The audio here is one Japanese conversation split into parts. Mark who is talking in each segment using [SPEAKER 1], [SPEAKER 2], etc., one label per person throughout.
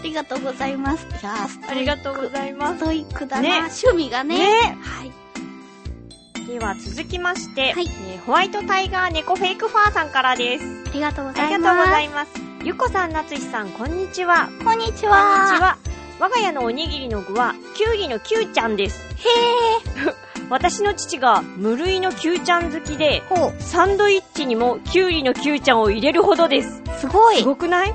[SPEAKER 1] りがとうございます。いやー、ス
[SPEAKER 2] ん、ありがとうございま
[SPEAKER 1] ス
[SPEAKER 2] す。
[SPEAKER 1] トイックだな。
[SPEAKER 2] ね
[SPEAKER 1] 趣味がね。
[SPEAKER 2] ね
[SPEAKER 1] はい。
[SPEAKER 2] では続きまして、
[SPEAKER 1] はい
[SPEAKER 2] えーホワイトタイガー猫フェイクファーさんからです。
[SPEAKER 1] ありがとうご
[SPEAKER 2] あ
[SPEAKER 1] ざ
[SPEAKER 2] り
[SPEAKER 1] い
[SPEAKER 2] がとうご
[SPEAKER 1] ま
[SPEAKER 2] ざ
[SPEAKER 1] す。
[SPEAKER 2] います。ゆこさん、なつひさん、こんにちは。こんに
[SPEAKER 1] こんにち
[SPEAKER 2] ち
[SPEAKER 1] は。
[SPEAKER 2] は。我が家のおにぎりの具は、キュウリのキュウちゃんです。へえ。 私の父が無類のキュウちゃん好きで、
[SPEAKER 1] ほう。
[SPEAKER 2] サンドイッチにもキュウリのキュウちゃんを入れるほどです。
[SPEAKER 1] すごい。
[SPEAKER 2] すごくない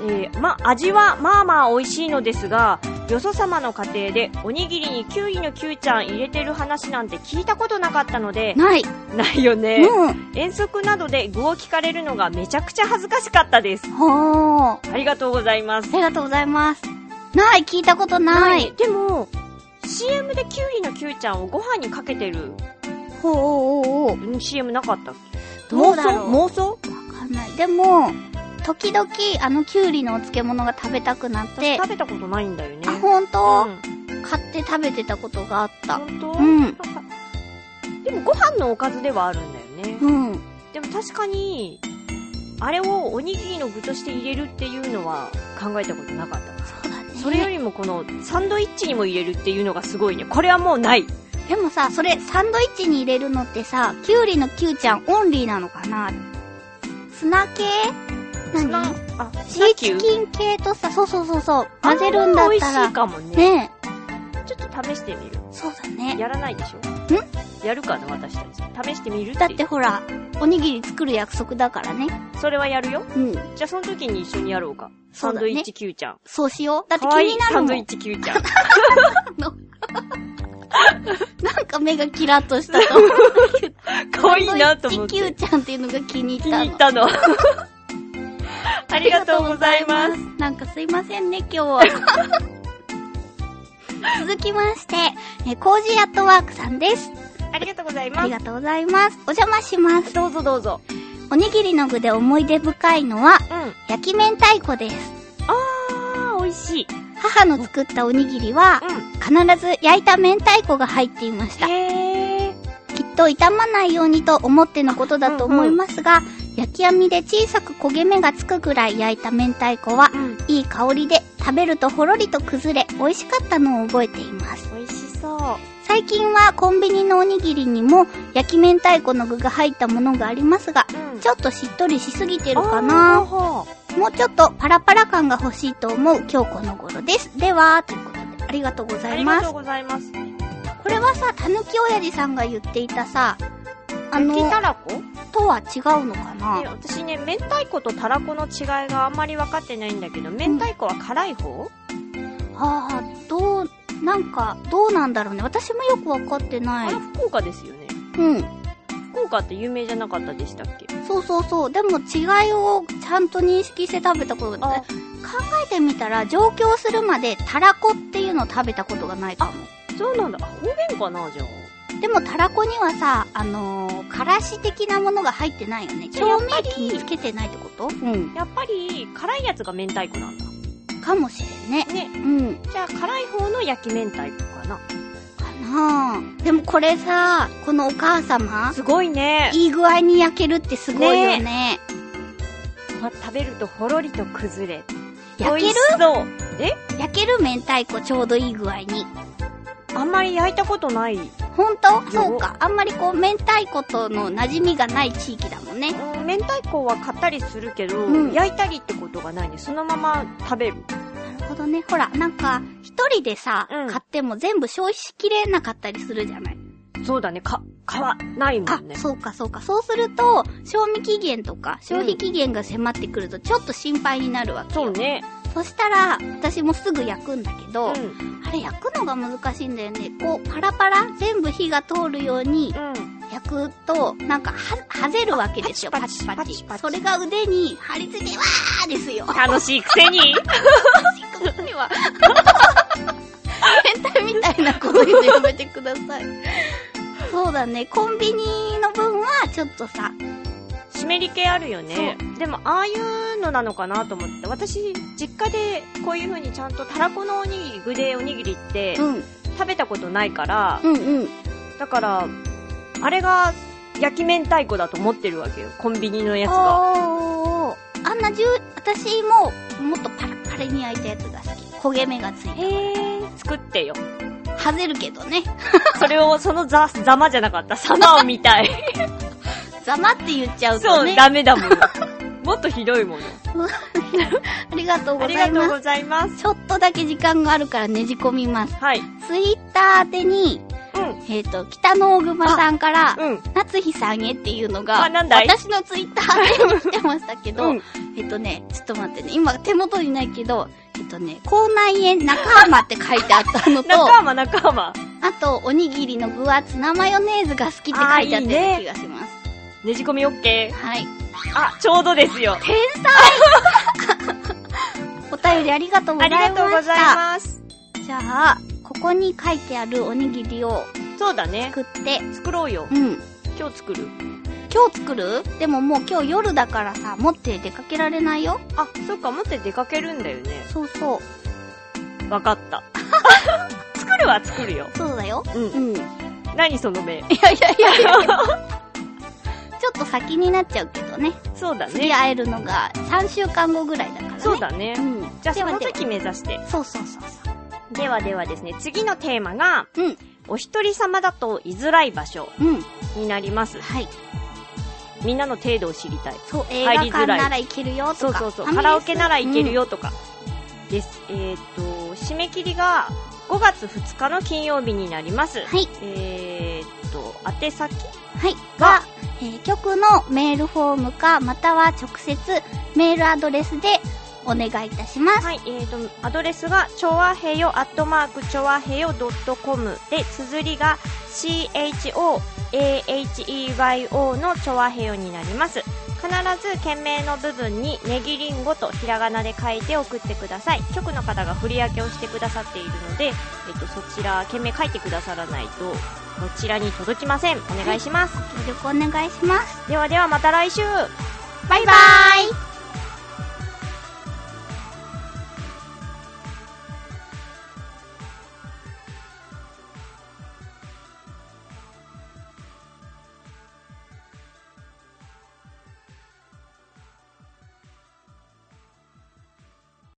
[SPEAKER 2] えー、ま、味はまあまあ美味しいのですが、よそ様の家庭でおにぎりにキュウリのキュウちゃん入れてる話なんて聞いたことなかったので、
[SPEAKER 1] ない。
[SPEAKER 2] ないよね。
[SPEAKER 1] うん。
[SPEAKER 2] 遠足などで具を聞かれるのがめちゃくちゃ恥ずかしかったです。
[SPEAKER 1] ほー。
[SPEAKER 2] ありがとうございます
[SPEAKER 1] あ。りがとうございます。ない、聞いたことない。
[SPEAKER 2] でも、CM でキュウリのキュウちゃんをご飯にかけてる、
[SPEAKER 1] ほうおうおうおう。
[SPEAKER 2] うん CM なかったっけ
[SPEAKER 1] どうだろう
[SPEAKER 2] 妄想妄想
[SPEAKER 1] わかんない。でも、時々、あの、キュウリのお漬物が食べたくなって、
[SPEAKER 2] 私食べたことないんだよね。
[SPEAKER 1] あ、ほんと、
[SPEAKER 2] うん
[SPEAKER 1] 買って食べてたことがあった。
[SPEAKER 2] 本当
[SPEAKER 1] うん
[SPEAKER 2] なんかでもご飯のおかずではあるんだよね。
[SPEAKER 1] うん。
[SPEAKER 2] でも確かに、あれをおにぎりの具として入れるっていうのは考えたことなかったです。
[SPEAKER 1] そうだね。
[SPEAKER 2] それよりもこのサンドイッチにも入れるっていうのがすごいね。これはもうない。
[SPEAKER 1] でもさ、それ、サンドイッチに入れるのってさ、キュウリのキュウちゃんオンリーなのかなツナ系何
[SPEAKER 2] あ、
[SPEAKER 1] シー
[SPEAKER 2] キ
[SPEAKER 1] チ
[SPEAKER 2] ュ
[SPEAKER 1] キン系とさ、そうそうそうそう、混ぜるんだっ
[SPEAKER 2] 美味
[SPEAKER 1] た
[SPEAKER 2] し
[SPEAKER 1] ら
[SPEAKER 2] い、かもね。
[SPEAKER 1] ね
[SPEAKER 2] ちょっと試してみる。
[SPEAKER 1] そうだね。
[SPEAKER 2] やらないでしょやるかな、私たち。試してみるって。
[SPEAKER 1] だって、ほら、おにぎり作る約束だからね。
[SPEAKER 2] それはやるよ。
[SPEAKER 1] うん。
[SPEAKER 2] じゃあその時に一緒にやろうか。
[SPEAKER 1] そ
[SPEAKER 2] サ
[SPEAKER 1] う
[SPEAKER 2] ン
[SPEAKER 1] だ
[SPEAKER 2] ド
[SPEAKER 1] ね
[SPEAKER 2] イッチ Q ちゃん。
[SPEAKER 1] そうしよう。だって
[SPEAKER 2] か
[SPEAKER 1] 気
[SPEAKER 2] わい
[SPEAKER 1] に
[SPEAKER 2] い
[SPEAKER 1] な
[SPEAKER 2] サ
[SPEAKER 1] る
[SPEAKER 2] ンド
[SPEAKER 1] も
[SPEAKER 2] イッ
[SPEAKER 1] ん。
[SPEAKER 2] チ Q ちゃん。
[SPEAKER 1] なんか目がキラッとしたと思う。
[SPEAKER 2] かわいいな
[SPEAKER 1] サンド
[SPEAKER 2] と思っ
[SPEAKER 1] イッ
[SPEAKER 2] て。
[SPEAKER 1] チキュウちゃんっていうのが気に入っ
[SPEAKER 2] 気に
[SPEAKER 1] た
[SPEAKER 2] 入
[SPEAKER 1] の
[SPEAKER 2] っ。たの。 ありがとうございます。
[SPEAKER 1] なんかすいませんね、今日は。続きまして、えー、コージーアットワークさんです。
[SPEAKER 2] ありがとうござい
[SPEAKER 1] あ
[SPEAKER 2] ま
[SPEAKER 1] り
[SPEAKER 2] す。
[SPEAKER 1] がとうございます。お邪魔します。
[SPEAKER 2] どうぞどうぞ。
[SPEAKER 1] おにぎりの具で思い出深いのは、
[SPEAKER 2] うん。あ
[SPEAKER 1] 焼き明太子です。
[SPEAKER 2] ー、美味しい。
[SPEAKER 1] 母の作ったおにぎりは、
[SPEAKER 2] う
[SPEAKER 1] 必ず焼いた明太子が入っていました。
[SPEAKER 2] ん。
[SPEAKER 1] きっ
[SPEAKER 2] へー。
[SPEAKER 1] と傷まないようにと思ってのことだと思いますが、焼き網で小さく焦げ目がつくぐらい焼いた明太子は、
[SPEAKER 2] うん。
[SPEAKER 1] いい香りで食べるとほろりと崩れ、美味しかったのを覚えています。
[SPEAKER 2] 美味しそ
[SPEAKER 1] 最近はコンビニのおにぎりにも焼き明太子の具が入ったものがありますが、
[SPEAKER 2] う。うん。
[SPEAKER 1] ち
[SPEAKER 2] ょっ
[SPEAKER 1] ょっとしっとりしすぎて
[SPEAKER 2] と
[SPEAKER 1] るかな
[SPEAKER 2] ほう
[SPEAKER 1] もうちょっとパラパラ感が欲しいと思う今日この頃です。では、ということで、ありがとうござ
[SPEAKER 2] あ
[SPEAKER 1] い
[SPEAKER 2] り
[SPEAKER 1] ま
[SPEAKER 2] が
[SPEAKER 1] す
[SPEAKER 2] とう。ございます。
[SPEAKER 1] これはさ、たぬき親父さんが言っていたさ、あ
[SPEAKER 2] 焼き
[SPEAKER 1] の、
[SPEAKER 2] たらこと
[SPEAKER 1] は違うのかな
[SPEAKER 2] ね私ね、明太子とたらこの違いがあんまり分かってないんだけど、明太子は辛い方
[SPEAKER 1] ああ、どう、なんか、どうなんだろうね。私もよくわかって
[SPEAKER 2] あ
[SPEAKER 1] ない
[SPEAKER 2] れ。福岡ですよね。
[SPEAKER 1] うん。
[SPEAKER 2] 福岡って有名じゃなかったでしたっけ
[SPEAKER 1] そうそうそう。でも違いをちゃんと認識して食べたことがない。
[SPEAKER 2] あ
[SPEAKER 1] 考、えてみたら、上京するまでたらこっていうのを食べたことがないかも。
[SPEAKER 2] そうなんだ。あ方言かな、じゃあ。
[SPEAKER 1] でもたらこにはさ、あのー、からし的なものが入ってないよね。
[SPEAKER 2] じゃあや
[SPEAKER 1] 調
[SPEAKER 2] っぱ
[SPEAKER 1] 味
[SPEAKER 2] り
[SPEAKER 1] 液につけてないってことうん。
[SPEAKER 2] やっぱり、辛いやつが明太子なんだ。
[SPEAKER 1] かもしれんね。
[SPEAKER 2] ね。
[SPEAKER 1] うん。
[SPEAKER 2] じゃあ、辛い方の焼き明太子かな。
[SPEAKER 1] かなあでもこれさ、このお母様、
[SPEAKER 2] すごいね。
[SPEAKER 1] いい具合に焼けるってすごいよね。
[SPEAKER 2] ま食べるとほろりと崩れ。
[SPEAKER 1] 焼け
[SPEAKER 2] 美
[SPEAKER 1] る
[SPEAKER 2] 味しそう。え
[SPEAKER 1] 焼ける明太子ちょうどいい具合に。
[SPEAKER 2] あんまり焼いたことない。うん
[SPEAKER 1] ほんとそうか。あんまりこう、明太子との馴染みがない地域だもんね。
[SPEAKER 2] 明太子は買ったりするけど、
[SPEAKER 1] うん
[SPEAKER 2] 焼いたりってことがないね。そのまま食べる。
[SPEAKER 1] なるほどね。ほら、なんか、一人でさ、
[SPEAKER 2] うん
[SPEAKER 1] 買っても全部消費しきれなかったりするじゃない。
[SPEAKER 2] そうだね。か、買わないも
[SPEAKER 1] あ
[SPEAKER 2] ん、ね。
[SPEAKER 1] そうかそうか。そうすると、賞味期限とか、消費期限が迫ってくると、ちょっと心配になるわけよ。
[SPEAKER 2] そうね。
[SPEAKER 1] そしたら、私もすぐ焼くんだけ
[SPEAKER 2] う
[SPEAKER 1] ど、
[SPEAKER 2] ん。
[SPEAKER 1] あれ焼くのが難しいんだよね。こう、パラパラ、全部火が通るように
[SPEAKER 2] うん。
[SPEAKER 1] 焼くと、なんかは、はぜるわけですよ。
[SPEAKER 2] パ
[SPEAKER 1] パ
[SPEAKER 2] チ
[SPEAKER 1] チ
[SPEAKER 2] パ
[SPEAKER 1] パ
[SPEAKER 2] チ
[SPEAKER 1] チ
[SPEAKER 2] パチパチ
[SPEAKER 1] それが腕に張り付いて、わーですよ。
[SPEAKER 2] 楽しいくせに。
[SPEAKER 1] には。変態みたいな声でやめてください。そうだね、コンビニの分はちょっとさ、
[SPEAKER 2] 湿り気あるよね。でも、ああいうのなのかなと思って。私、実家でこういう風にちゃんとたらこのおにぎり、具でおにぎりって
[SPEAKER 1] うん、
[SPEAKER 2] 食べたことないから、
[SPEAKER 1] うんうん。
[SPEAKER 2] だから、あれが焼き明太子だと思ってるわけよ。コンビニのやつが。
[SPEAKER 1] ああんなじゅう、私も、もっとパラパラに焼いたやつが好き。焦げ目がつい
[SPEAKER 2] へ
[SPEAKER 1] て。
[SPEAKER 2] ー、作ってよ。
[SPEAKER 1] はぜるけどね。
[SPEAKER 2] それを、そのざ、ざまじゃなかった。様を見たい。
[SPEAKER 1] ざまって言っちゃうと
[SPEAKER 2] そう、
[SPEAKER 1] ね。
[SPEAKER 2] ダメだもん。もっとひどいもの。
[SPEAKER 1] ありがとう
[SPEAKER 2] あ
[SPEAKER 1] ご
[SPEAKER 2] り
[SPEAKER 1] ざ
[SPEAKER 2] が
[SPEAKER 1] い
[SPEAKER 2] とう
[SPEAKER 1] ま
[SPEAKER 2] ございます。
[SPEAKER 1] す。ちょっとだけ時間があるからねじ込みます。
[SPEAKER 2] はい。
[SPEAKER 1] ツイッター宛てに、
[SPEAKER 2] うん。
[SPEAKER 1] えっ、と、北の大熊さんから、
[SPEAKER 2] うん。
[SPEAKER 1] 夏日さんへっていうの
[SPEAKER 2] あ
[SPEAKER 1] が、
[SPEAKER 2] なんだい
[SPEAKER 1] 私のツイッター宛てに来てましたけど、
[SPEAKER 2] うん
[SPEAKER 1] えっ、とね、ちょっと待ってね、今手元にないけど、えっ、とね、口内炎中浜って書いてあったのと、
[SPEAKER 2] 仲間、仲間。
[SPEAKER 1] あと、おにぎりの具はツナマヨネーズが好きって書いてあったような気がします。
[SPEAKER 2] ねじ込み OK。
[SPEAKER 1] はい。
[SPEAKER 2] あ、ちょうどですよ。
[SPEAKER 1] 天才お便りありがとうござ
[SPEAKER 2] あ
[SPEAKER 1] いました。
[SPEAKER 2] りがとうございます。
[SPEAKER 1] じゃあ、ここに書いてあるおにぎりを
[SPEAKER 2] そうだね。
[SPEAKER 1] 作って、
[SPEAKER 2] 作ろうよ
[SPEAKER 1] う。ん。
[SPEAKER 2] 今日作る。
[SPEAKER 1] 今日作るでももう今日夜だからさ、持って出かけられないよ。
[SPEAKER 2] あ、そっか、持って出かけるんだよね。
[SPEAKER 1] そうそう。
[SPEAKER 2] わか った。作るは作るよ。
[SPEAKER 1] そうだよ。
[SPEAKER 2] うん
[SPEAKER 1] う。ん。い
[SPEAKER 2] 何その 目。
[SPEAKER 1] やいやいやいやちょっと先になっちゃうけどね。
[SPEAKER 2] そうだ
[SPEAKER 1] 次
[SPEAKER 2] ね。
[SPEAKER 1] 会えるのが3週間後ぐらいだからね。
[SPEAKER 2] そうだね
[SPEAKER 1] う。ん。
[SPEAKER 2] じゃあその
[SPEAKER 1] ではで
[SPEAKER 2] 時目指して。
[SPEAKER 1] はそうそうそうそ
[SPEAKER 2] ではではですね、次のテーマが、
[SPEAKER 1] う。うん。
[SPEAKER 2] お一人様だと居づらい場所
[SPEAKER 1] うん。
[SPEAKER 2] になります。
[SPEAKER 1] はい。
[SPEAKER 2] みんなの程度を知りたい。
[SPEAKER 1] そう、映画
[SPEAKER 2] 入りづ
[SPEAKER 1] 館
[SPEAKER 2] らい
[SPEAKER 1] なら行けるよ
[SPEAKER 2] そ
[SPEAKER 1] と
[SPEAKER 2] う
[SPEAKER 1] か。
[SPEAKER 2] そうそう。
[SPEAKER 1] ファミ
[SPEAKER 2] カ
[SPEAKER 1] レス
[SPEAKER 2] ラオケならいける。よとか。です。えーっと、締め切りが5月2日の金曜日になります
[SPEAKER 1] うん。はい。
[SPEAKER 2] えーっと、宛先
[SPEAKER 1] はい。が、えー局のメールフォームか、または直接メールアドレスでお願いいたします。
[SPEAKER 2] はい、えー、と、アドレスが、ちょわへよ、アットマーク、ちょわへよ .com で、綴りが、CHOAHEYO のちょわへよになります。必ず件名の部分にネギリンゴとひらがなで書いて送ってください局の方が振り分けをしてくださっているので、えっと、そちら件名書いてくださらないとこちらに届きませんお願いします、
[SPEAKER 1] 協力お願いします
[SPEAKER 2] ではではまた来週
[SPEAKER 1] バイバイ